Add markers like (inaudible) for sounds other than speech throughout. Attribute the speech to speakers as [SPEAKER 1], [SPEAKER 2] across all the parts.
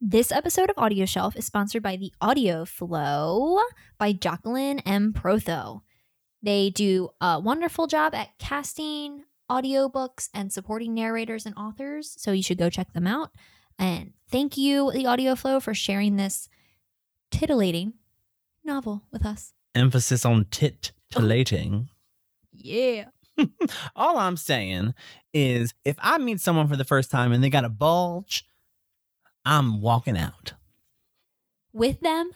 [SPEAKER 1] This episode of Audio Shelf is sponsored by the Audio Flow by Jacqueline M. Protho. They do a wonderful job at casting audiobooks and supporting narrators and authors, so you should go check them out. And thank you, the Audio Flow, for sharing this titillating novel with us.
[SPEAKER 2] Emphasis on
[SPEAKER 3] (laughs)
[SPEAKER 2] titillating.
[SPEAKER 1] Yeah.
[SPEAKER 2] All I'm saying is if I meet someone for the first time and they got a bulge, I'm walking out.
[SPEAKER 1] With them?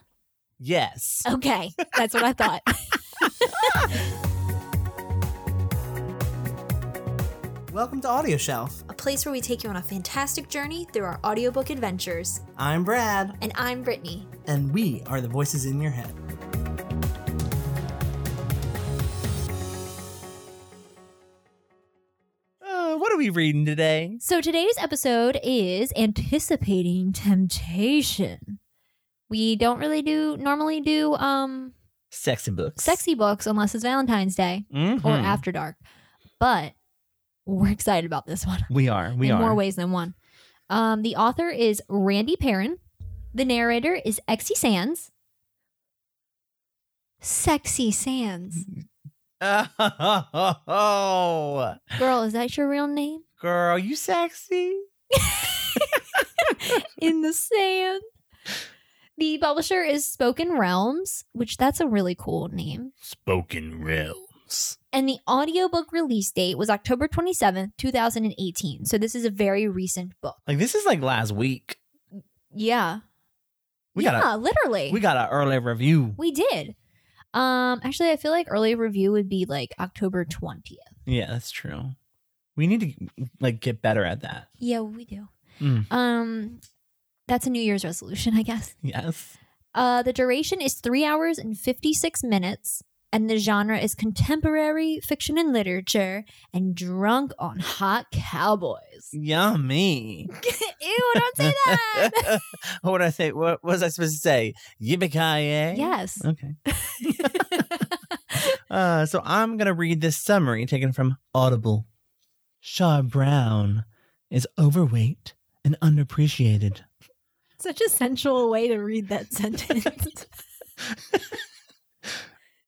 [SPEAKER 2] Yes.
[SPEAKER 1] Okay. That's what I thought.
[SPEAKER 3] (laughs) Welcome to Audio Shelf.
[SPEAKER 1] (laughs) a place where we take you on a fantastic journey through our audiobook adventures.
[SPEAKER 3] I'm Brad,
[SPEAKER 1] And I'm Brittany.
[SPEAKER 3] and we are the voices in your head.
[SPEAKER 2] Uh, what are we reading today?
[SPEAKER 1] So today's episode is anticipating temptation. We don't really do normally do um
[SPEAKER 2] Sexy books.
[SPEAKER 1] sexy books unless it's Valentine's Day
[SPEAKER 2] Mhm.
[SPEAKER 1] or after dark. But we're excited about this one.
[SPEAKER 2] We are. We
[SPEAKER 1] in
[SPEAKER 2] are.
[SPEAKER 1] more ways than one. Um, the author is Randy Perrin. The narrator is Exy Sands. Sexy Sands.
[SPEAKER 2] (laughs) (laughs) Oh,
[SPEAKER 1] Girl, is that your real name?
[SPEAKER 2] girl, you sexy?
[SPEAKER 1] (laughs) in the sand. The publisher is Spoken Realms, which that's a really cool name.
[SPEAKER 2] Spoken realms.
[SPEAKER 1] And the audiobook release date was October 27th, 2018. So this is a very recent book.
[SPEAKER 2] Like this is like last week.
[SPEAKER 1] Yeah.
[SPEAKER 2] We
[SPEAKER 1] yeah,
[SPEAKER 2] got
[SPEAKER 1] literally.
[SPEAKER 2] a we got an early review.
[SPEAKER 1] We did. Um actually I feel like early review would be like October 20th.
[SPEAKER 2] yeah, that's true. We need to like get better at that.
[SPEAKER 1] Yeah, we do.
[SPEAKER 2] Mm.
[SPEAKER 1] Um that's a New Year's resolution, I guess.
[SPEAKER 2] Yes.
[SPEAKER 1] Uh, the duration is three hours and 56 minutes, and the genre is contemporary fiction and literature and drunk on hot cowboys. (laughs)
[SPEAKER 2] Yummy.
[SPEAKER 1] Ew, don't say that.
[SPEAKER 2] what would I say? What was I supposed to say? Yippee
[SPEAKER 1] yes.
[SPEAKER 2] (laughs) Okay. (laughs) Uh, so I'm gonna read this summary taken from Audible. Shaw Brown is overweight and underappreciated.
[SPEAKER 1] Such a sensual way to read that (laughs) sentence.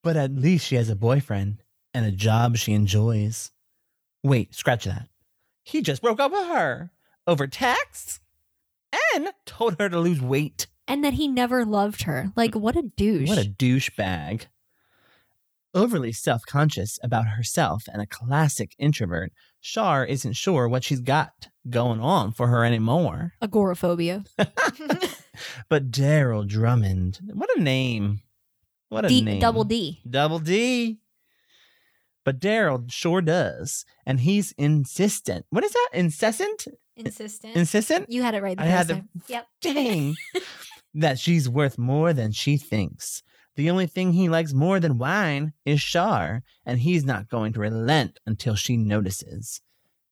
[SPEAKER 2] But at least she has a boyfriend and a job she enjoys. Wait, scratch that. He just broke up with her over text and told her to lose weight.
[SPEAKER 1] and that he never loved her. Like, what a douche.
[SPEAKER 2] What a douchebag. Overly self conscious about herself and a classic introvert, Shar isn't sure what she's got going on for her anymore. (laughs)
[SPEAKER 1] Agoraphobia.
[SPEAKER 2] But Daryl Drummond, what a name. What a
[SPEAKER 1] D-
[SPEAKER 2] name.
[SPEAKER 1] double D.
[SPEAKER 2] Double D. But Daryl sure does. And he's insistent. What is that? Incessant?
[SPEAKER 1] Insistent. (laughs)
[SPEAKER 2] Insistent?
[SPEAKER 1] you had it right the
[SPEAKER 2] I
[SPEAKER 1] first
[SPEAKER 2] had the-
[SPEAKER 1] time. Yep.
[SPEAKER 2] (laughs) Dang. that she's worth more than she thinks. The only thing he likes more than wine is Shar, and he's not going to relent until she notices.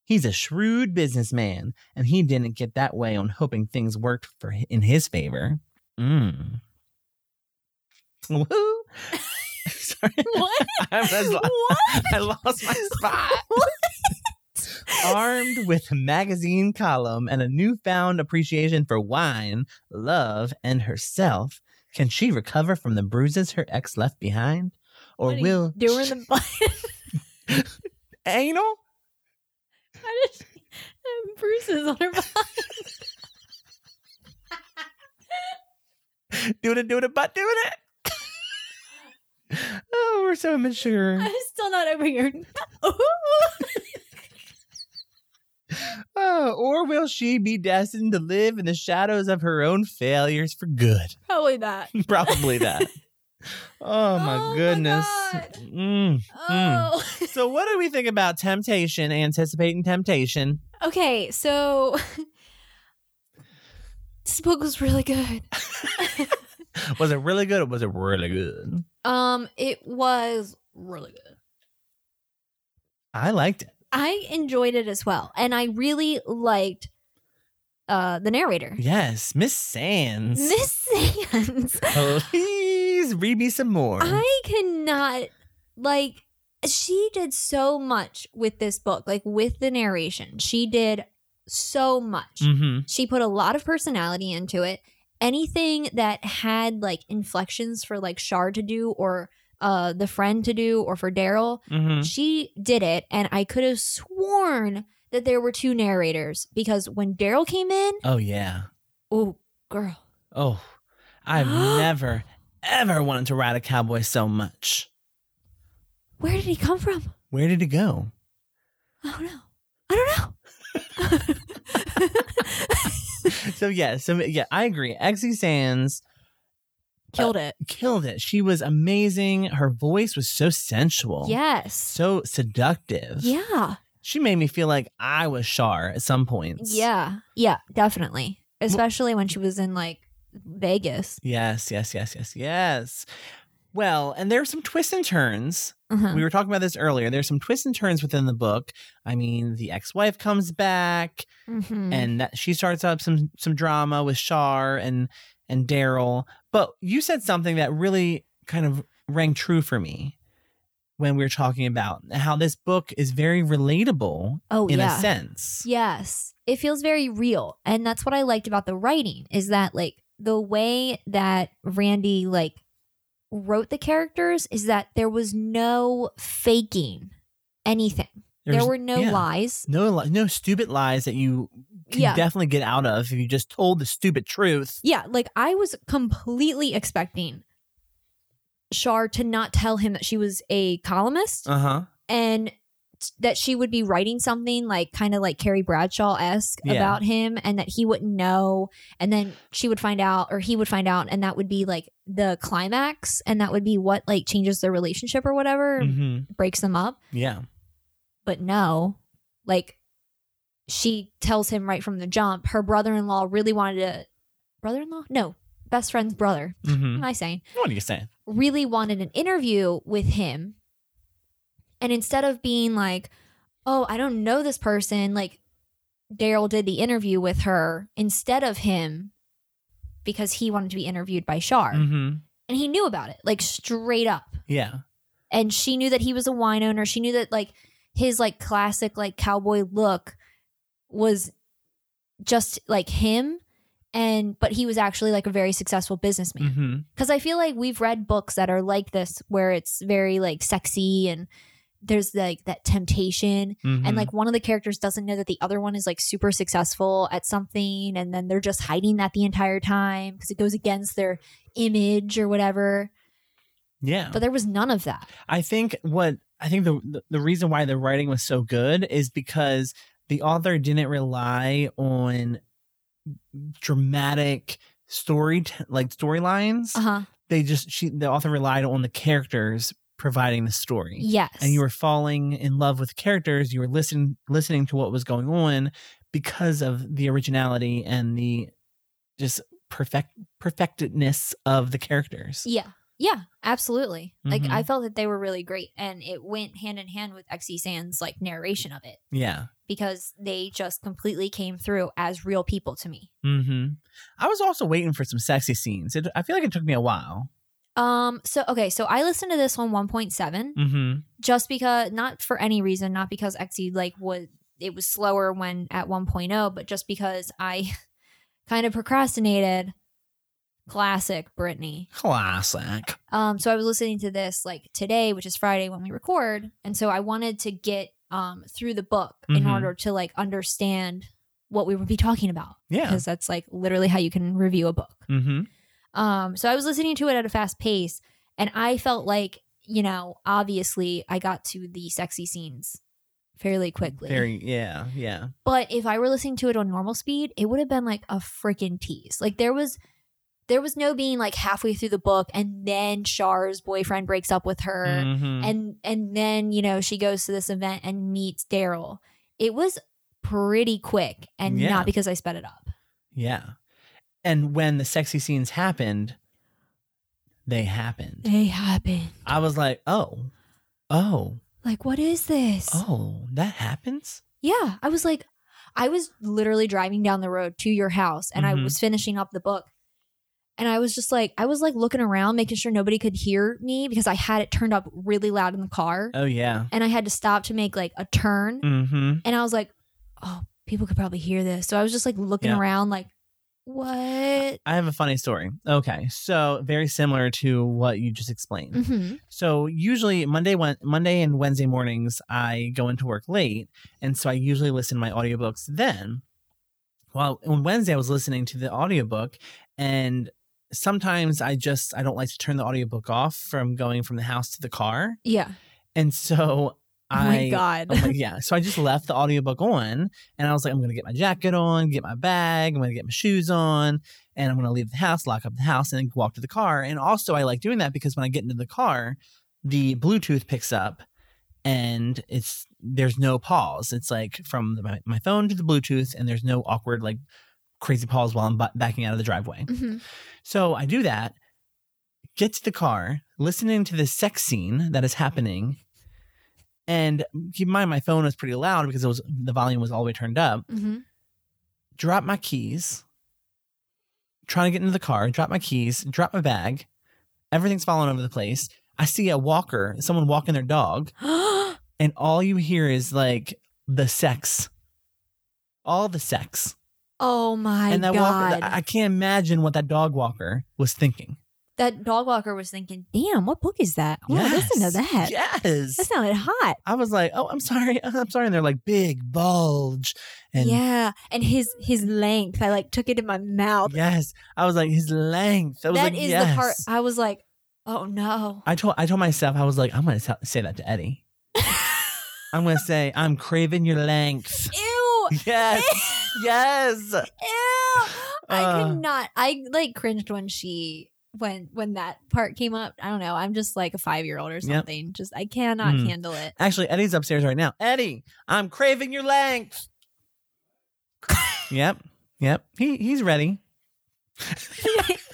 [SPEAKER 2] He's a shrewd businessman, and he didn't get that way on hoping things worked for in his favor. Mmm. (laughs) Woohoo! (laughs) Sorry.
[SPEAKER 1] What?
[SPEAKER 2] I, was,
[SPEAKER 1] What?
[SPEAKER 2] (laughs) I lost my spot. Armed with a magazine column and a newfound appreciation for wine, love, and herself, can she recover from the bruises her ex left behind? Or
[SPEAKER 1] What are you
[SPEAKER 2] will
[SPEAKER 1] Doing the (laughs)
[SPEAKER 2] anal?
[SPEAKER 1] How did she have bruises um, on her body?
[SPEAKER 2] Doing it, doing it, but doing it. (laughs) oh, we're so immature.
[SPEAKER 1] (laughs) I'm still not over here. (laughs)
[SPEAKER 2] Oh, or will she be destined to live in the shadows of her own failures for good? (laughs)
[SPEAKER 1] Probably not.
[SPEAKER 2] Hmm. Probably that. (laughs) Oh my
[SPEAKER 1] Oh my
[SPEAKER 2] goodness.
[SPEAKER 1] God.
[SPEAKER 2] Mm.
[SPEAKER 1] Oh. (laughs)
[SPEAKER 2] So what do we think about temptation, anticipating temptation?
[SPEAKER 1] Okay, so (laughs) this book was really good.
[SPEAKER 2] Was it really good or was it really good?
[SPEAKER 1] Um, it was really good.
[SPEAKER 2] I liked it.
[SPEAKER 1] I enjoyed it as well, and I really liked uh the narrator,
[SPEAKER 2] Yes, Miss
[SPEAKER 1] (laughs)
[SPEAKER 2] Sands.
[SPEAKER 1] Miss Sands.
[SPEAKER 2] Please read me some more.
[SPEAKER 1] I cannot like she did so much with this book, like with the narration. She did so much.
[SPEAKER 2] Mm-hmm.
[SPEAKER 1] She put a lot of personality into it. Anything that had like inflections for like Shar to do or uh the friend to do or for Daryl,
[SPEAKER 2] Mm-hmm.
[SPEAKER 1] she did it and I could have sworn that there were two narrators because when Daryl came in,
[SPEAKER 2] Oh yeah.
[SPEAKER 1] oh girl.
[SPEAKER 2] Oh,
[SPEAKER 1] (gasps)
[SPEAKER 2] I've never ever wanted to ride a cowboy so much.
[SPEAKER 1] Where did he come from? (laughs)
[SPEAKER 2] Where did he go?
[SPEAKER 1] Oh no. I don't know.
[SPEAKER 2] so yeah, so yeah, I agree. Exie Sands
[SPEAKER 1] Killed it.
[SPEAKER 2] killed it. She was amazing. Her voice was so sensual.
[SPEAKER 1] Yes.
[SPEAKER 2] So seductive.
[SPEAKER 1] Yeah.
[SPEAKER 2] She made me feel like I was Char at some points.
[SPEAKER 1] Yeah. Yeah, definitely. Especially when she was in like Vegas.
[SPEAKER 2] Yes, yes, yes, yes, yes. Well, and there are some twists and turns.
[SPEAKER 1] Uh-huh.
[SPEAKER 2] We were talking about this earlier. There's some twists and turns within the book. I mean, the ex-wife comes back.
[SPEAKER 1] Mhm.
[SPEAKER 2] and that she starts up some some drama with Shar and and Daryl. But you said something that really kind of rang true for me when we were talking about how this book is very relatable
[SPEAKER 1] oh
[SPEAKER 2] in
[SPEAKER 1] yeah.
[SPEAKER 2] a sense.
[SPEAKER 1] Yes. It feels very real. And that's what I liked about the writing is that like the way that Randy like wrote the characters is that there was no faking anything.
[SPEAKER 2] There's
[SPEAKER 1] there were no
[SPEAKER 2] yeah.
[SPEAKER 1] lies.
[SPEAKER 2] no li- no stupid lies that you can
[SPEAKER 1] Yeah.
[SPEAKER 2] definitely get out of if you just told the stupid truth.
[SPEAKER 1] Yeah, like I was completely expecting Shar to not tell him that she was a columnist
[SPEAKER 2] Uh huh.
[SPEAKER 1] and t- that she would be writing something like kind of like Carrie Bradshaw esque
[SPEAKER 2] Yeah.
[SPEAKER 1] about him and that he wouldn't know. And then she would find out or he would find out. And that would be like the climax. And that would be what like changes their relationship or whatever,
[SPEAKER 2] hmm
[SPEAKER 1] breaks them up.
[SPEAKER 2] Yeah.
[SPEAKER 1] But no, like she tells him right from the jump, her brother in law really wanted to, brother in law? No, best friend's brother.
[SPEAKER 2] hmm
[SPEAKER 1] What am I saying?
[SPEAKER 2] What are you saying?
[SPEAKER 1] really wanted an interview with him. And instead of being like, oh, I don't know this person, like Daryl did the interview with her instead of him because he wanted to be interviewed by Shar.
[SPEAKER 2] hmm
[SPEAKER 1] And he knew about it, like straight up.
[SPEAKER 2] Yeah.
[SPEAKER 1] And she knew that he was a wine owner. She knew that like his like classic like cowboy look was just like him and but he was actually like a very successful businessman
[SPEAKER 2] hmm
[SPEAKER 1] because I feel like we've read books that are like this, where it's very like sexy and there's like that temptation,
[SPEAKER 2] Mm-hmm.
[SPEAKER 1] and like one of the characters doesn't know that the other one is like super successful at something, and then they're just hiding that the entire time because it goes against their image or whatever.
[SPEAKER 2] yeah.
[SPEAKER 1] But there was none of that.
[SPEAKER 2] I think what I think the the- the reason why the writing was so good is because the author didn't rely on dramatic story t- like storylines.
[SPEAKER 1] Uh huh.
[SPEAKER 2] They just she the author relied on the characters providing the story.
[SPEAKER 1] Yes.
[SPEAKER 2] And you were falling in love with characters, you were listening listening to what was going on because of the originality and the just perfect perfectedness of the characters.
[SPEAKER 1] Yeah. Yeah. Absolutely.
[SPEAKER 2] Mhm.
[SPEAKER 1] Like I felt that they were really great, and it went hand in hand with Exy Sand's like narration of it
[SPEAKER 2] Yeah.
[SPEAKER 1] because they just completely came through as real people to me.
[SPEAKER 2] hmm I was also waiting for some sexy scenes. It, I feel like it took me a while.
[SPEAKER 1] Um. So okay. So I listened to this one 1.7
[SPEAKER 2] Mm-hmm.
[SPEAKER 1] just because, not for any reason, not because XE like was it was slower when at 1.0, but just because I (laughs) kind of procrastinated. Classic Brittany.
[SPEAKER 2] Classic.
[SPEAKER 1] Um. So I was listening to this like today, which is Friday when we record, and so I wanted to get um through the book in
[SPEAKER 2] Mhm.
[SPEAKER 1] order to like understand what we would be talking about
[SPEAKER 2] Yeah.
[SPEAKER 1] because that's like literally how you can review a book.
[SPEAKER 2] Mm-hmm.
[SPEAKER 1] Um, so I was listening to it at a fast pace, and I felt like, you know, obviously I got to the sexy scenes fairly quickly.
[SPEAKER 2] Very. Yeah. Yeah.
[SPEAKER 1] But if I were listening to it on normal speed, it would have been like a freaking tease. Like there was there was no being like halfway through the book and then Char's boyfriend breaks up with her
[SPEAKER 2] Mhm.
[SPEAKER 1] Er, and and then, you know, she goes to this event and meets Daryl. It was pretty quick and
[SPEAKER 2] Yeah.
[SPEAKER 1] not because I sped it up.
[SPEAKER 2] yeah. And when the sexy scenes happened, they happened.
[SPEAKER 1] They happen.
[SPEAKER 2] I was like, oh, oh,
[SPEAKER 1] Like what is this?
[SPEAKER 2] oh, that happens.
[SPEAKER 1] Yeah. I was like, I was literally driving down the road to your house and I
[SPEAKER 2] Mhm.
[SPEAKER 1] was finishing up the book. And I was just like, I was like looking around, making sure nobody could hear me because I had it turned up really loud in the car.
[SPEAKER 2] Oh yeah.
[SPEAKER 1] And I had to stop to make like a turn.
[SPEAKER 2] Mm-hmm.
[SPEAKER 1] And I was like, oh people could probably hear this. So I was just like looking
[SPEAKER 2] Yeah.
[SPEAKER 1] around, like, what?
[SPEAKER 2] I have a funny story. Okay, so very similar to what you just explained.
[SPEAKER 1] hmm
[SPEAKER 2] So usually Monday, Wed- Monday and Wednesday mornings, I go into work late, and so I usually listen to my audiobooks then. Well, on Wednesday I was listening to the audiobook, and sometimes I just I don't like to turn the audiobook off from going from the house to the car,
[SPEAKER 1] Yeah. (laughs)
[SPEAKER 2] and so
[SPEAKER 1] Oh
[SPEAKER 2] I
[SPEAKER 1] my God.
[SPEAKER 2] I'm like, yeah. So I just left the audiobook on and I was like, I'm going to get my jacket on, get my bag, I'm going to get my shoes on, and I'm going to leave the house, lock up the house, and then walk to the car. And also, I like doing that because when I get into the car, the Bluetooth picks up and it's there's no pause. It's like from my, my phone to the Bluetooth, and there's no awkward, like crazy pause while I'm bu- backing out of the driveway.
[SPEAKER 1] (laughs) Mhm.
[SPEAKER 2] So I do that, get to the car, listening to the sex scene that is happening. And keep in mind, my phone was pretty loud because it was the volume was all the way turned up.
[SPEAKER 1] Mhm.
[SPEAKER 2] Drop my keys, trying to get into the car, drop my keys, drop my bag. Everything's falling over the place. I see a walker, someone walking their dog, and all you hear is like the sex. All the sex.
[SPEAKER 1] (gasps) oh my
[SPEAKER 2] and that
[SPEAKER 1] God.
[SPEAKER 2] walker, I I can't imagine what that dog walker was thinking.
[SPEAKER 1] that dog walker was thinking, damn, what book is that? Oh, I want to listen to that.
[SPEAKER 2] Yes.
[SPEAKER 1] That sounded hot.
[SPEAKER 2] I was like, oh, I'm sorry. (laughs) I'm sorry. And they're like, big bulge. And
[SPEAKER 1] yeah. And his his length, I like took it in my mouth.
[SPEAKER 2] yes, I was like, his length. I
[SPEAKER 1] That is
[SPEAKER 2] was like, yes.
[SPEAKER 1] the part I was like, oh
[SPEAKER 2] (laughs)
[SPEAKER 1] no.
[SPEAKER 2] I told, I told myself, I was like, I'm going to say that to Eddie. I'm going to say, I'm craving
[SPEAKER 1] (laughs)
[SPEAKER 2] your length.
[SPEAKER 1] Ew.
[SPEAKER 2] Yes. yes.
[SPEAKER 1] Ew. I
[SPEAKER 2] Uh.
[SPEAKER 1] could not. I like cringed when she when when that part came up. I don't know. I'm just like a five year old or something. Just I cannot
[SPEAKER 2] Mm.
[SPEAKER 1] handle it. (laughs)
[SPEAKER 2] Actually, Eddie's upstairs right now. Eddie, I'm craving your length. yep. Yep. He,
[SPEAKER 1] (laughs)
[SPEAKER 2] he's ready.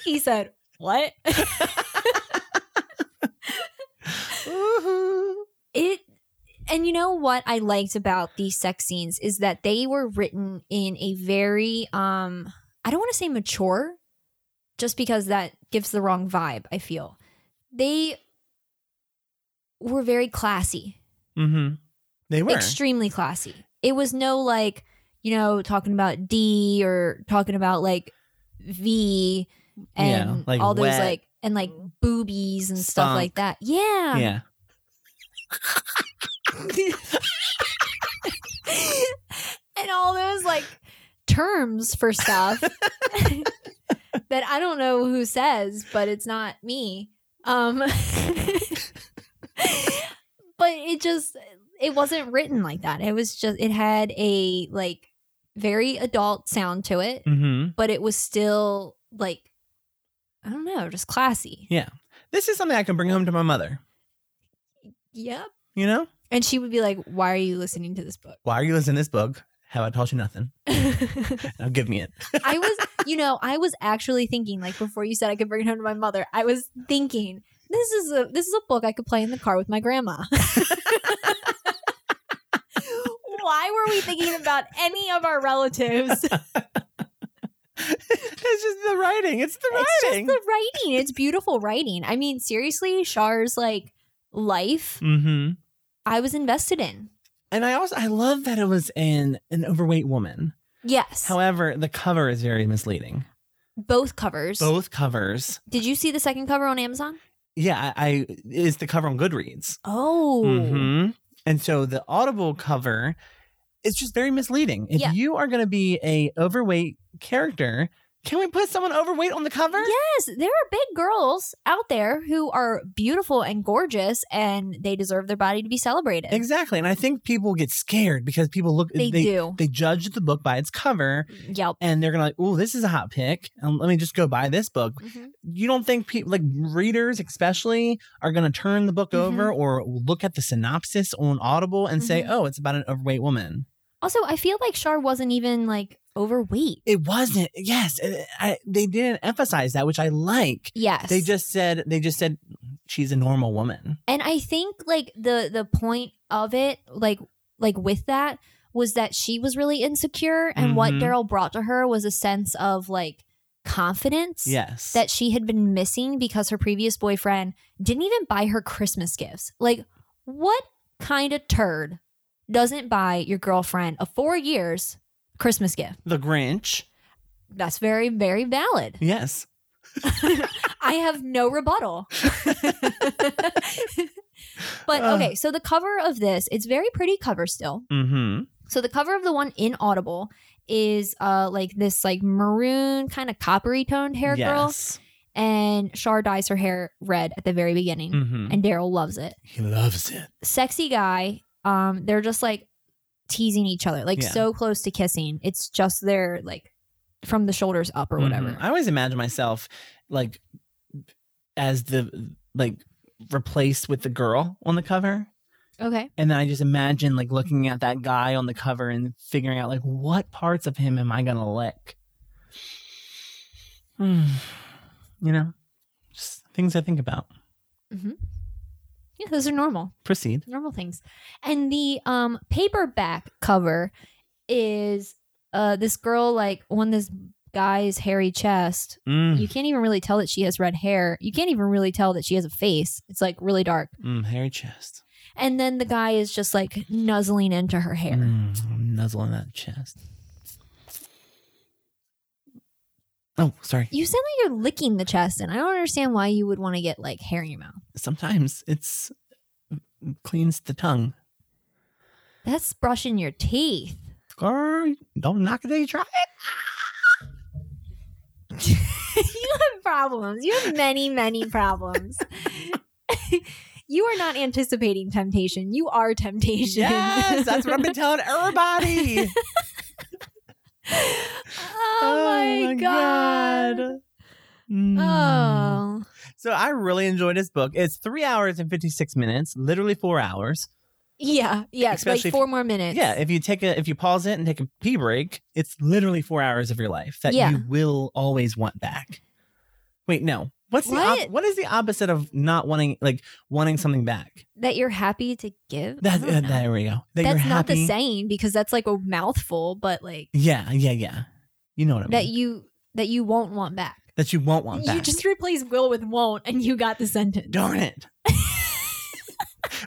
[SPEAKER 1] he said, "What?"
[SPEAKER 2] Woohoo.
[SPEAKER 1] it. And you know what I liked about these sex scenes is that they were written in a very um I don't want to say mature just because that gives the wrong vibe, I feel. They were very classy.
[SPEAKER 2] Mm-hmm. They were.
[SPEAKER 1] extremely classy. It was no like, you know, talking about D or talking about like V and
[SPEAKER 2] Yeah, like
[SPEAKER 1] all those
[SPEAKER 2] wet.
[SPEAKER 1] like and like boobies and stuff like that.
[SPEAKER 2] Spunk.
[SPEAKER 1] Yeah.
[SPEAKER 2] (laughs) yeah.
[SPEAKER 1] (laughs) and all those like terms for stuff (laughs) that I don't know who says, but it's not me. Um (laughs) but it just it wasn't written like that. It was just it had a like very adult sound to it,
[SPEAKER 2] Mm-hmm.
[SPEAKER 1] but it was still like I don't know, just classy.
[SPEAKER 2] This is something I can bring home to my mother.
[SPEAKER 1] Yep.
[SPEAKER 2] You know,
[SPEAKER 1] And she would be like, "Why are you listening to this book?" (laughs)
[SPEAKER 2] why are you listening to this book? Have I taught you nothing? Now give me it. (laughs)
[SPEAKER 1] I was, you know, I was actually thinking, like before you said I could bring it home to my mother, I was thinking this is a this is a book I could play in the car with my grandma. (laughs) Why were we thinking about any of our
[SPEAKER 2] (laughs)
[SPEAKER 1] relatives?
[SPEAKER 2] it's just the writing. It's the
[SPEAKER 1] It's just
[SPEAKER 2] writing.
[SPEAKER 1] the writing. It's beautiful writing. I mean, seriously, Char's like life
[SPEAKER 2] mm-hmm.
[SPEAKER 1] I was invested in.
[SPEAKER 2] And I also I love that it was an an overweight woman.
[SPEAKER 1] Yes.
[SPEAKER 2] However, the cover is very misleading.
[SPEAKER 1] Both covers.
[SPEAKER 2] Both covers.
[SPEAKER 1] Did you see the second cover on Amazon?
[SPEAKER 2] Yeah, I, I is the cover on Goodreads.
[SPEAKER 1] Oh.
[SPEAKER 2] hmm And so the Audible cover is just very misleading. If
[SPEAKER 1] Yeah.
[SPEAKER 2] you are going to be a overweight character, can we put someone overweight on the cover?
[SPEAKER 1] Yes, there are big girls out there who are beautiful and gorgeous, and they deserve their body to be celebrated.
[SPEAKER 2] Exactly. And I think people get scared because people look
[SPEAKER 1] They, do.
[SPEAKER 2] they judge the book by its cover
[SPEAKER 1] yep.
[SPEAKER 2] and they're gonna like, oh, this is a hot pick. And let me just go buy this book.
[SPEAKER 1] Mhm.
[SPEAKER 2] You don't think people like readers especially are gonna turn the book
[SPEAKER 1] Mhm.
[SPEAKER 2] over or look at the synopsis on Audible and say,
[SPEAKER 1] Mhm.
[SPEAKER 2] oh, it's about an overweight woman.
[SPEAKER 1] Also, I feel like Shar wasn't even like overweight.
[SPEAKER 2] It wasn't. Yes, it- I, they didn't emphasize that, which I like.
[SPEAKER 1] Yes.
[SPEAKER 2] They just said they just said she's a normal woman.
[SPEAKER 1] and I think like the the point of it, like like with that, was that she was really insecure, and what
[SPEAKER 2] Mhm.
[SPEAKER 1] Daryl brought to her was a sense of like confidence.
[SPEAKER 2] Yes.
[SPEAKER 1] that she had been missing because her previous boyfriend didn't even buy her Christmas gifts. Like, what kind of turd doesn't buy your girlfriend of four years Christmas gift.
[SPEAKER 2] The Grinch.
[SPEAKER 1] That's very, very valid.
[SPEAKER 2] Yes.
[SPEAKER 1] I have no rebuttal. (laughs) but
[SPEAKER 2] Uh.
[SPEAKER 1] okay, so the cover of this, it's very pretty cover still.
[SPEAKER 2] Mm-hmm.
[SPEAKER 1] So the cover of the one in Audible is uh like this like maroon kind of coppery toned hair girl
[SPEAKER 2] yes.
[SPEAKER 1] and Shar dyes her hair red at the very beginning
[SPEAKER 2] Mm-hmm.
[SPEAKER 1] and Daryl loves it.
[SPEAKER 2] He loves it.
[SPEAKER 1] Sexy guy, um they're just like teasing each other like
[SPEAKER 2] Yeah.
[SPEAKER 1] so close to kissing. It's just their like from the shoulders up or whatever.
[SPEAKER 2] Mhm. I always imagine myself like as the like replaced with the girl on the cover.
[SPEAKER 1] Okay.
[SPEAKER 2] And then I just imagine like looking at that guy on the cover and figuring out like what parts of him am I gonna lick? (sighs) Hmm. You know? Just things I think about.
[SPEAKER 1] Yeah, those are normal.
[SPEAKER 2] Proceed.
[SPEAKER 1] normal things. And the um paperback cover is uh this girl like on this guy's hairy chest.
[SPEAKER 2] Mm.
[SPEAKER 1] You can't even really tell that she has red hair. You can't even really tell that she has a face. It's like really dark.
[SPEAKER 2] Mm, hairy chest.
[SPEAKER 1] And then the guy is just like nuzzling into her hair.
[SPEAKER 2] Mm, nuzzle in that chest. Oh, sorry.
[SPEAKER 1] You sound like you're licking the chest, and I don't understand why you would want to get like hair in your mouth.
[SPEAKER 2] Sometimes it's cleans the tongue.
[SPEAKER 1] That's brushing your teeth. (laughs)
[SPEAKER 2] Girl, don't knock it till you try it.
[SPEAKER 1] you have problems. You have many, many problems. (laughs) you are not anticipating temptation. You are temptation.
[SPEAKER 2] been telling (laughs) everybody.
[SPEAKER 1] (laughs) oh, my god.
[SPEAKER 2] Hmm.
[SPEAKER 1] Oh.
[SPEAKER 2] Mm. So I really enjoyed this book. It's three hours and 56 minutes, literally four hours.
[SPEAKER 1] Yeah, yeah. It's
[SPEAKER 2] Especially
[SPEAKER 1] like
[SPEAKER 2] if-
[SPEAKER 1] four more minutes.
[SPEAKER 2] Yeah, if you take a if you pause it and take a pee break, it's literally four hours of your life that
[SPEAKER 1] Yeah.
[SPEAKER 2] you will always want back. Wait, no. What's the
[SPEAKER 1] What?
[SPEAKER 2] op- what is the opposite of not wanting like wanting something back?
[SPEAKER 1] that you're happy to give. I
[SPEAKER 2] That, uh,
[SPEAKER 1] don't know.
[SPEAKER 2] there we go. That
[SPEAKER 1] that's
[SPEAKER 2] you're
[SPEAKER 1] not the
[SPEAKER 2] happy-
[SPEAKER 1] saying because that's like a mouthful, but like
[SPEAKER 2] Yeah, yeah, yeah. You know what I mean.
[SPEAKER 1] that you that you won't want back.
[SPEAKER 2] that you won't want back.
[SPEAKER 1] You just replace will with won't, and you got the sentence.
[SPEAKER 2] Darn it.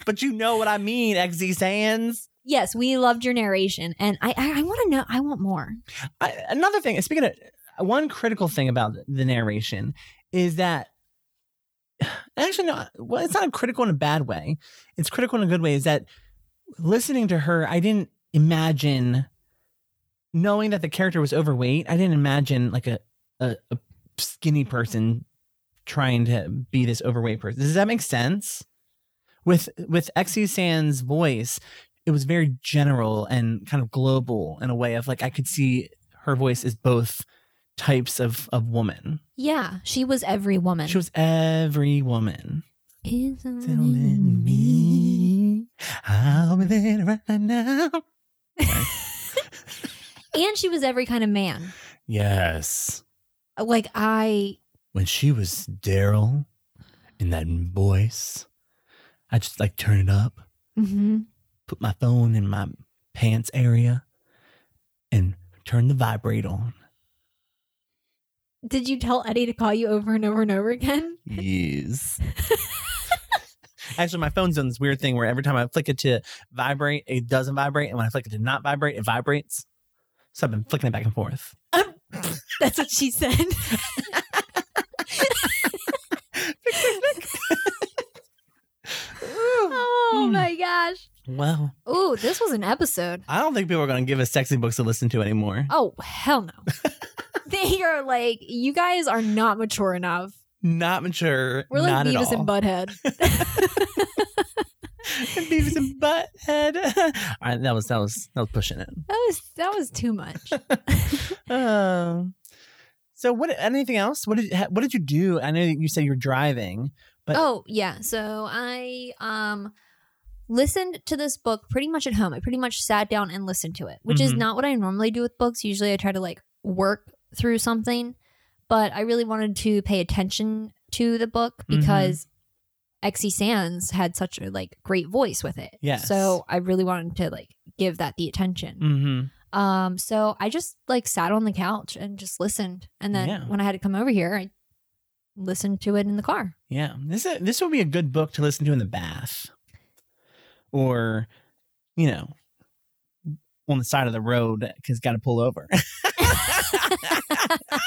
[SPEAKER 2] but you know what I mean, XZ Sands.
[SPEAKER 1] Yes, we loved your narration, and I I, I want to know. I want more.
[SPEAKER 2] I, another thing, speaking of one critical thing about the narration is that (sighs) actually, no, well, it's not critical in a bad way, it's critical in a good way. Is that listening to her, I didn't imagine knowing that the character was overweight, I didn't imagine like a, a, a skinny person trying to be this overweight person. Does that make sense? With with Exy San's voice, it was very general and kind of global in a way of like I could see her voice is both types of of woman.
[SPEAKER 1] Yeah, she was every woman.
[SPEAKER 2] She was every woman.
[SPEAKER 1] Isn't
[SPEAKER 2] Telling me I'll be there right now.
[SPEAKER 1] And she was every kind of man.
[SPEAKER 2] Yes.
[SPEAKER 1] Like I
[SPEAKER 2] when she was Daryl in that voice, I just like turn it up,
[SPEAKER 1] mhm.
[SPEAKER 2] put my phone in my pants area, and turn the vibrate on.
[SPEAKER 1] did you tell Eddie to call you over and over and over again? (laughs)
[SPEAKER 2] Yes. Actually, my phone's doing this weird thing where every time I flick it to vibrate, it doesn't vibrate. And when I flick it to not vibrate, it vibrates. So I've been flicking it back and forth.
[SPEAKER 1] That's what she said. (laughs) oh
[SPEAKER 2] Hmm.
[SPEAKER 1] Oh my gosh.
[SPEAKER 2] Well,
[SPEAKER 1] Ooh, this was an episode.
[SPEAKER 2] I don't think people are going to give us sexy books to listen to anymore.
[SPEAKER 1] Oh, hell
[SPEAKER 2] (laughs)
[SPEAKER 1] no. they are like, you guys are not mature enough.
[SPEAKER 2] Not mature.
[SPEAKER 1] We're like
[SPEAKER 2] not at
[SPEAKER 1] Beavis
[SPEAKER 2] all.
[SPEAKER 1] and Butthead. (laughs)
[SPEAKER 2] (laughs) Beavis and Butthead. (laughs) All right, that was that was that was pushing it.
[SPEAKER 1] That was that was too much.
[SPEAKER 2] Um, so what? Anything else? What did ha- what did you do? I know that you said you were driving. (laughs) But-
[SPEAKER 1] oh yeah so i um listened to this book pretty much at home i pretty much sat down and listened to it which is
[SPEAKER 2] Mhm.
[SPEAKER 1] not what i normally do with books usually i try to like work through something but i really wanted to pay attention to the book
[SPEAKER 2] Mhm.
[SPEAKER 1] because exie sands had such a like great voice with it
[SPEAKER 2] Yes.
[SPEAKER 1] so i really wanted to like give that the attention
[SPEAKER 2] Mm-hmm.
[SPEAKER 1] um, so I just like sat on the couch and just listened. And then
[SPEAKER 2] Yeah.
[SPEAKER 1] when I had to come over here, I listened to it in the car. (laughs)
[SPEAKER 2] Yeah, this is, this would be a good book to listen to in the bath, or you know, on the side of the road because got to pull over. (laughs)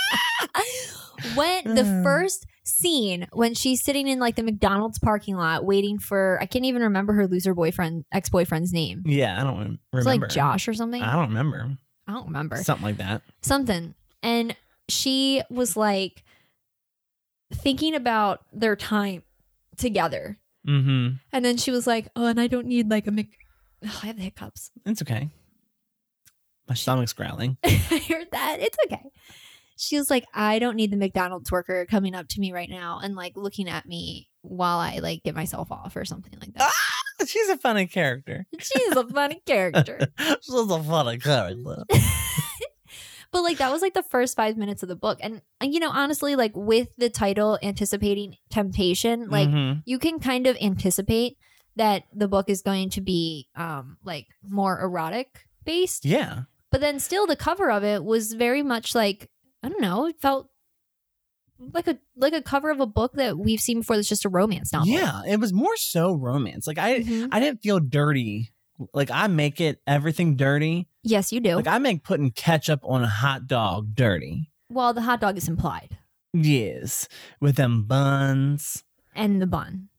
[SPEAKER 1] when
[SPEAKER 2] (sighs)
[SPEAKER 1] the
[SPEAKER 2] Uh.
[SPEAKER 1] first scene when she's sitting in like the McDonald's parking lot waiting for I can't even remember her loser boyfriend ex boyfriend's name.
[SPEAKER 2] yeah, I don't rem-
[SPEAKER 1] It's
[SPEAKER 2] remember. Ah.
[SPEAKER 1] like Josh or something.
[SPEAKER 2] I
[SPEAKER 1] I
[SPEAKER 2] don't remember.
[SPEAKER 1] don't remember.
[SPEAKER 2] Something like that.
[SPEAKER 1] something. And she was like thinking about their time together.
[SPEAKER 2] Mm-hmm.
[SPEAKER 1] And then she was like, "Oh, and I don't need like a Mc (sighs) Ugh, I have the hiccups.
[SPEAKER 2] It's okay. My stomach's growling. (laughs)
[SPEAKER 1] (laughs) I heard that. It's okay. She was like, I don't need the McDonald's worker coming up to me right now and like looking at me while I like get myself off or something like that.
[SPEAKER 2] She's a funny character. (laughs)
[SPEAKER 1] She's a funny character.
[SPEAKER 2] She's a funny character.
[SPEAKER 1] But like that was like the first five minutes of the book. And, and you know, honestly, like with the title anticipating temptation, (laughs) like
[SPEAKER 2] Mhm.
[SPEAKER 1] you can kind of anticipate that the book is going to be um like more erotic based.
[SPEAKER 2] yeah,
[SPEAKER 1] But then still the cover of it was very much like I don't know, it felt like a like a cover of a book that we've seen before that's just a romance novel.
[SPEAKER 2] yeah. It was more so romance. Like I,
[SPEAKER 1] Mhm.
[SPEAKER 2] I didn't feel dirty. Like I make it everything dirty.
[SPEAKER 1] Yes, you do.
[SPEAKER 2] Like I make putting ketchup on a hot dog dirty.
[SPEAKER 1] well, the hot dog is implied
[SPEAKER 2] Yes, with them buns.
[SPEAKER 1] and the bun.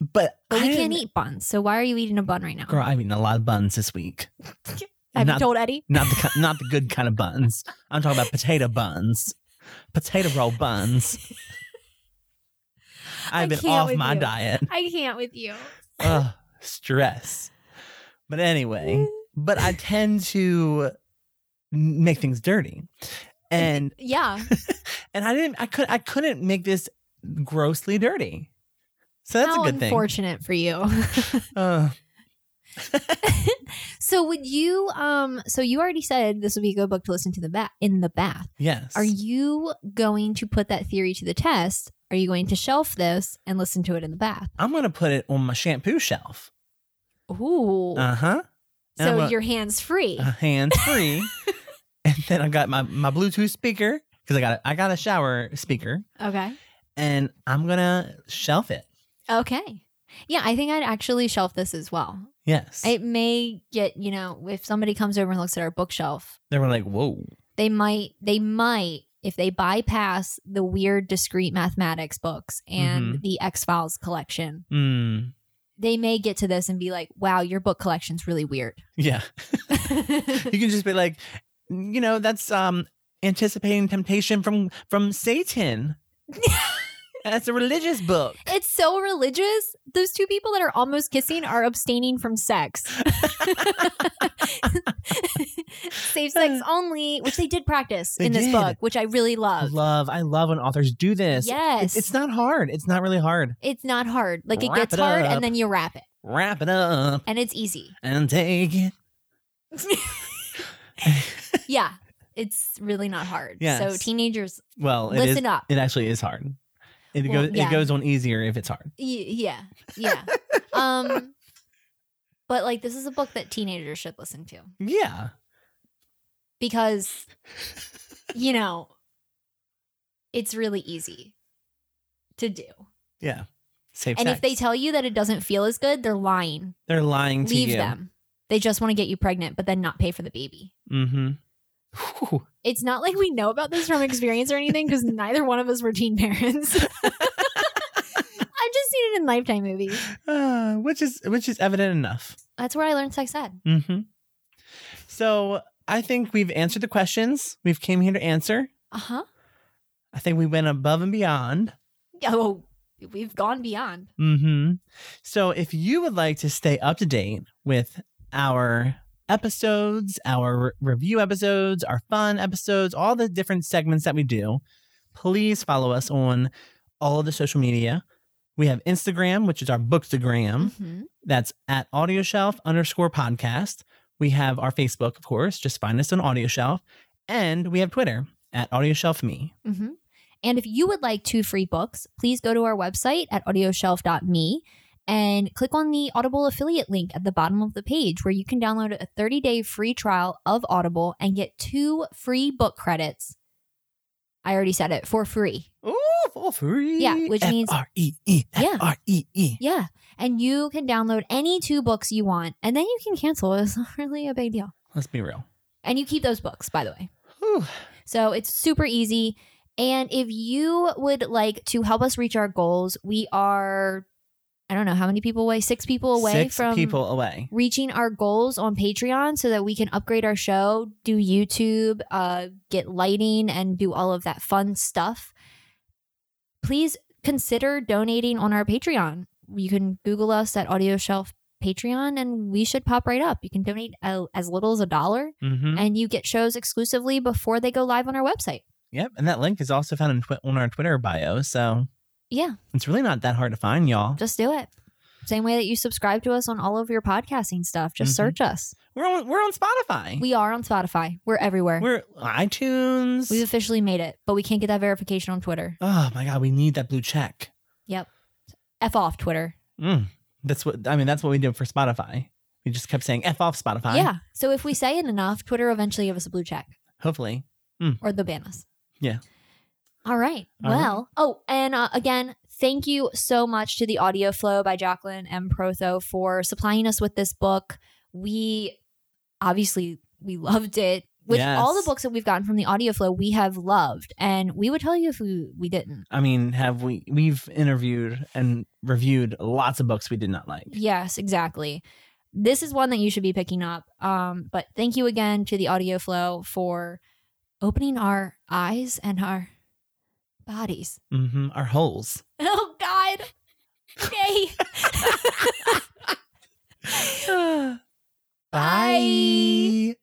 [SPEAKER 2] But,
[SPEAKER 1] But
[SPEAKER 2] I
[SPEAKER 1] we can't
[SPEAKER 2] didn't-
[SPEAKER 1] eat buns. So why are you eating a bun right now?
[SPEAKER 2] Girl, I've eaten a lot of buns this (laughs) week.
[SPEAKER 1] Have you
[SPEAKER 2] not,
[SPEAKER 1] told Eddie?
[SPEAKER 2] (laughs) not the ki- not the good kind of buns. I'm talking about potato buns, potato roll (laughs) buns.
[SPEAKER 1] I
[SPEAKER 2] I've been
[SPEAKER 1] can't
[SPEAKER 2] off
[SPEAKER 1] with
[SPEAKER 2] my
[SPEAKER 1] you.
[SPEAKER 2] diet.
[SPEAKER 1] I can't with you.
[SPEAKER 2] Ugh, stress. But (laughs) anyway, but I tend to n- make things dirty, and
[SPEAKER 1] Yeah.
[SPEAKER 2] and I didn't. I could. I couldn't make this grossly dirty. So (laughs) that's
[SPEAKER 1] How
[SPEAKER 2] a good thing.
[SPEAKER 1] unfortunate for you. (laughs)
[SPEAKER 2] Uh,
[SPEAKER 1] so would you um so you already said this would be a good book to listen to the bath in the bath.
[SPEAKER 2] yes.
[SPEAKER 1] Are you going to put that theory to the test? Are you going to shelf this and listen to it in the bath?
[SPEAKER 2] I'm gonna put it on my shampoo shelf.
[SPEAKER 1] Ooh.
[SPEAKER 2] Uh huh. and I'm
[SPEAKER 1] so
[SPEAKER 2] gonna-
[SPEAKER 1] your hands free.
[SPEAKER 2] uh, hands
[SPEAKER 1] (laughs)
[SPEAKER 2] free. and then I got my, my Bluetooth speaker because I got a, I got a shower speaker,
[SPEAKER 1] okay.
[SPEAKER 2] and I'm gonna shelf it.
[SPEAKER 1] Okay. Yeah, I think I'd actually shelf this as well.
[SPEAKER 2] Yes,
[SPEAKER 1] It may get, you know, if somebody comes over and looks at our bookshelf,
[SPEAKER 2] they were like, "Whoa,
[SPEAKER 1] they might they might if they bypass the weird discrete mathematics books and
[SPEAKER 2] Mm-hmm.
[SPEAKER 1] the X-Files collection,
[SPEAKER 2] mm,
[SPEAKER 1] they may get to this and be like, "Wow, your book collection's really weird." (laughs)
[SPEAKER 2] yeah." you can just be like, you know, that's um anticipating temptation from
[SPEAKER 1] (laughs)
[SPEAKER 2] from Satan. that's a religious book.
[SPEAKER 1] It's so religious. Those two people that are almost kissing are abstaining from
[SPEAKER 2] (laughs)
[SPEAKER 1] sex. Safe sex only, which they did practice
[SPEAKER 2] Uh. They
[SPEAKER 1] in this
[SPEAKER 2] did.
[SPEAKER 1] book, which I really love.
[SPEAKER 2] Love, I love when authors do this.
[SPEAKER 1] Yes.
[SPEAKER 2] It's, it's not hard. It's not really hard.
[SPEAKER 1] It's not hard. Like it
[SPEAKER 2] Wrap
[SPEAKER 1] gets
[SPEAKER 2] it
[SPEAKER 1] hard
[SPEAKER 2] up.
[SPEAKER 1] and then you wrap it.
[SPEAKER 2] Wrap it up
[SPEAKER 1] And it's easy.
[SPEAKER 2] and take it.
[SPEAKER 1] Yeah. It's really not hard. So
[SPEAKER 2] Yes.
[SPEAKER 1] teenagers,
[SPEAKER 2] Well, it is-
[SPEAKER 1] listen up.
[SPEAKER 2] It actually is hard. It
[SPEAKER 1] Well,
[SPEAKER 2] goes
[SPEAKER 1] yeah.
[SPEAKER 2] it goes on easier if it's hard.
[SPEAKER 1] Y- yeah. Yeah.
[SPEAKER 2] (laughs)
[SPEAKER 1] um but like this is a book that teenagers should listen to.
[SPEAKER 2] Yeah. (laughs)
[SPEAKER 1] because you know it's really easy to do.
[SPEAKER 2] Yeah. Safe
[SPEAKER 1] And if they
[SPEAKER 2] sex.
[SPEAKER 1] tell you that it doesn't feel as good, they're lying.
[SPEAKER 2] they're lying Mm, to
[SPEAKER 1] Leave
[SPEAKER 2] you.
[SPEAKER 1] them. They just want to get you pregnant but then not pay for the baby.
[SPEAKER 2] Mm-hmm.
[SPEAKER 1] It's not like we know about this from experience or anything because neither one of us were teen parents. (laughs) I've just seen it in Lifetime movies.
[SPEAKER 2] Uh, which is which is evident enough.
[SPEAKER 1] That's where I learned sex ed.
[SPEAKER 2] Mm-hmm. So I think we've answered the questions we've came here to answer.
[SPEAKER 1] Uh huh.
[SPEAKER 2] I think we went above and beyond.
[SPEAKER 1] Oh, we've gone beyond.
[SPEAKER 2] Mm-hmm. So if you would like to stay up to date with our episodes, our re- review episodes, our fun episodes, all the different segments that we do, please follow us on all of the social media. We have Instagram, which is our bookstagram.
[SPEAKER 1] Mhm.
[SPEAKER 2] That's at audioshelf underscore podcast. We have our Facebook, of course. Just find us on audioshelf. And we have Twitter at audioshelfme.
[SPEAKER 1] hmm And if you would like two free books, please go to our website at audioshelf.me and click on the Audible affiliate link at the bottom of the page where you can download a 30 day free trial of Audible and get two free book credits. I already said it for free.
[SPEAKER 2] Ooh, for free.
[SPEAKER 1] Yeah, which means-
[SPEAKER 2] F-R-E-E,
[SPEAKER 1] Yeah.
[SPEAKER 2] F-R-E-E.
[SPEAKER 1] (laughs) Yeah. And you can download any two books you want and then you can cancel. It's not really a big deal.
[SPEAKER 2] Let's be real.
[SPEAKER 1] And you keep those books, by the way.
[SPEAKER 2] Whew.
[SPEAKER 1] So it's super easy. And if you would like to help us reach our goals, we are, I don't know, how many people away? Six people away
[SPEAKER 2] Six
[SPEAKER 1] from
[SPEAKER 2] people away.
[SPEAKER 1] reaching our goals on Patreon so that we can upgrade our show, do YouTube, uh, get lighting, and do all of that fun stuff. Please consider donating on our Patreon. You can Google us at Audio Shelf Patreon and we should pop right up. You can donate a, as little as a dollar
[SPEAKER 2] Mm-hmm.
[SPEAKER 1] and you get shows exclusively before they go live on our website.
[SPEAKER 2] Yep, and that link is also found in twi- on our Twitter bio. So
[SPEAKER 1] Yeah,
[SPEAKER 2] it's really not that hard to find, y'all.
[SPEAKER 1] just do it. Same way that you subscribe to us on all of your podcasting stuff, just
[SPEAKER 2] Mhm.
[SPEAKER 1] search us.
[SPEAKER 2] We're on we're on Spotify.
[SPEAKER 1] We are on Spotify, we're everywhere.
[SPEAKER 2] are iTunes.
[SPEAKER 1] We've officially made it, but we can't get that verification on Twitter.
[SPEAKER 2] oh my god, we need that blue check.
[SPEAKER 1] Yep. F off Twitter.
[SPEAKER 2] Mm. That's what I mean. That's what we did for Spotify. We just kept saying "f off Spotify."
[SPEAKER 1] Yeah. So if we say it enough, Twitter will eventually give us a blue check
[SPEAKER 2] Hopefully,
[SPEAKER 1] or they'll ban us.
[SPEAKER 2] Yeah.
[SPEAKER 1] All right.
[SPEAKER 2] All right.
[SPEAKER 1] well, oh, and uh, again, thank you so much to the Audio Flow by Jacqueline M. Protho for supplying us with this book. We obviously we loved it. With
[SPEAKER 2] Yes.
[SPEAKER 1] all the books that we've gotten from the Audio Flow, we have loved, and we would tell you if we, we didn't.
[SPEAKER 2] I mean, have we? We've interviewed and reviewed lots of books we did not like.
[SPEAKER 1] Yes, exactly. This is one that you should be picking up. Um, but thank you again to the Audio Flow for opening our eyes and our bodies.
[SPEAKER 2] hmm Our holes.
[SPEAKER 1] (laughs) Oh God! Yay! Bye.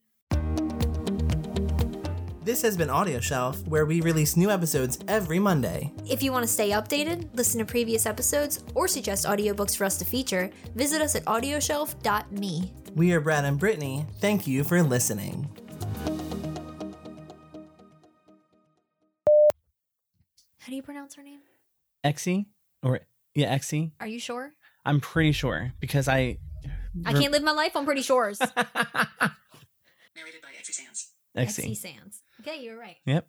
[SPEAKER 3] This has been Audio Shelf, where we release new episodes every Monday.
[SPEAKER 1] if you want to stay updated, listen to previous episodes, or suggest audiobooks for us to feature, visit us at audioshelf.me.
[SPEAKER 3] We are Brad and Brittany. Thank you for listening.
[SPEAKER 1] How do you pronounce her name?
[SPEAKER 2] Exy E? or yeah, Exy.
[SPEAKER 1] Are you sure?
[SPEAKER 2] I'm pretty sure because I. E.
[SPEAKER 1] I
[SPEAKER 2] (laughs)
[SPEAKER 1] can't live my life on pretty shores.
[SPEAKER 2] Exy.
[SPEAKER 4] Narrated by Exy Sands. E.
[SPEAKER 1] Exy E Sands. Okay, you were right.
[SPEAKER 2] E. Yep.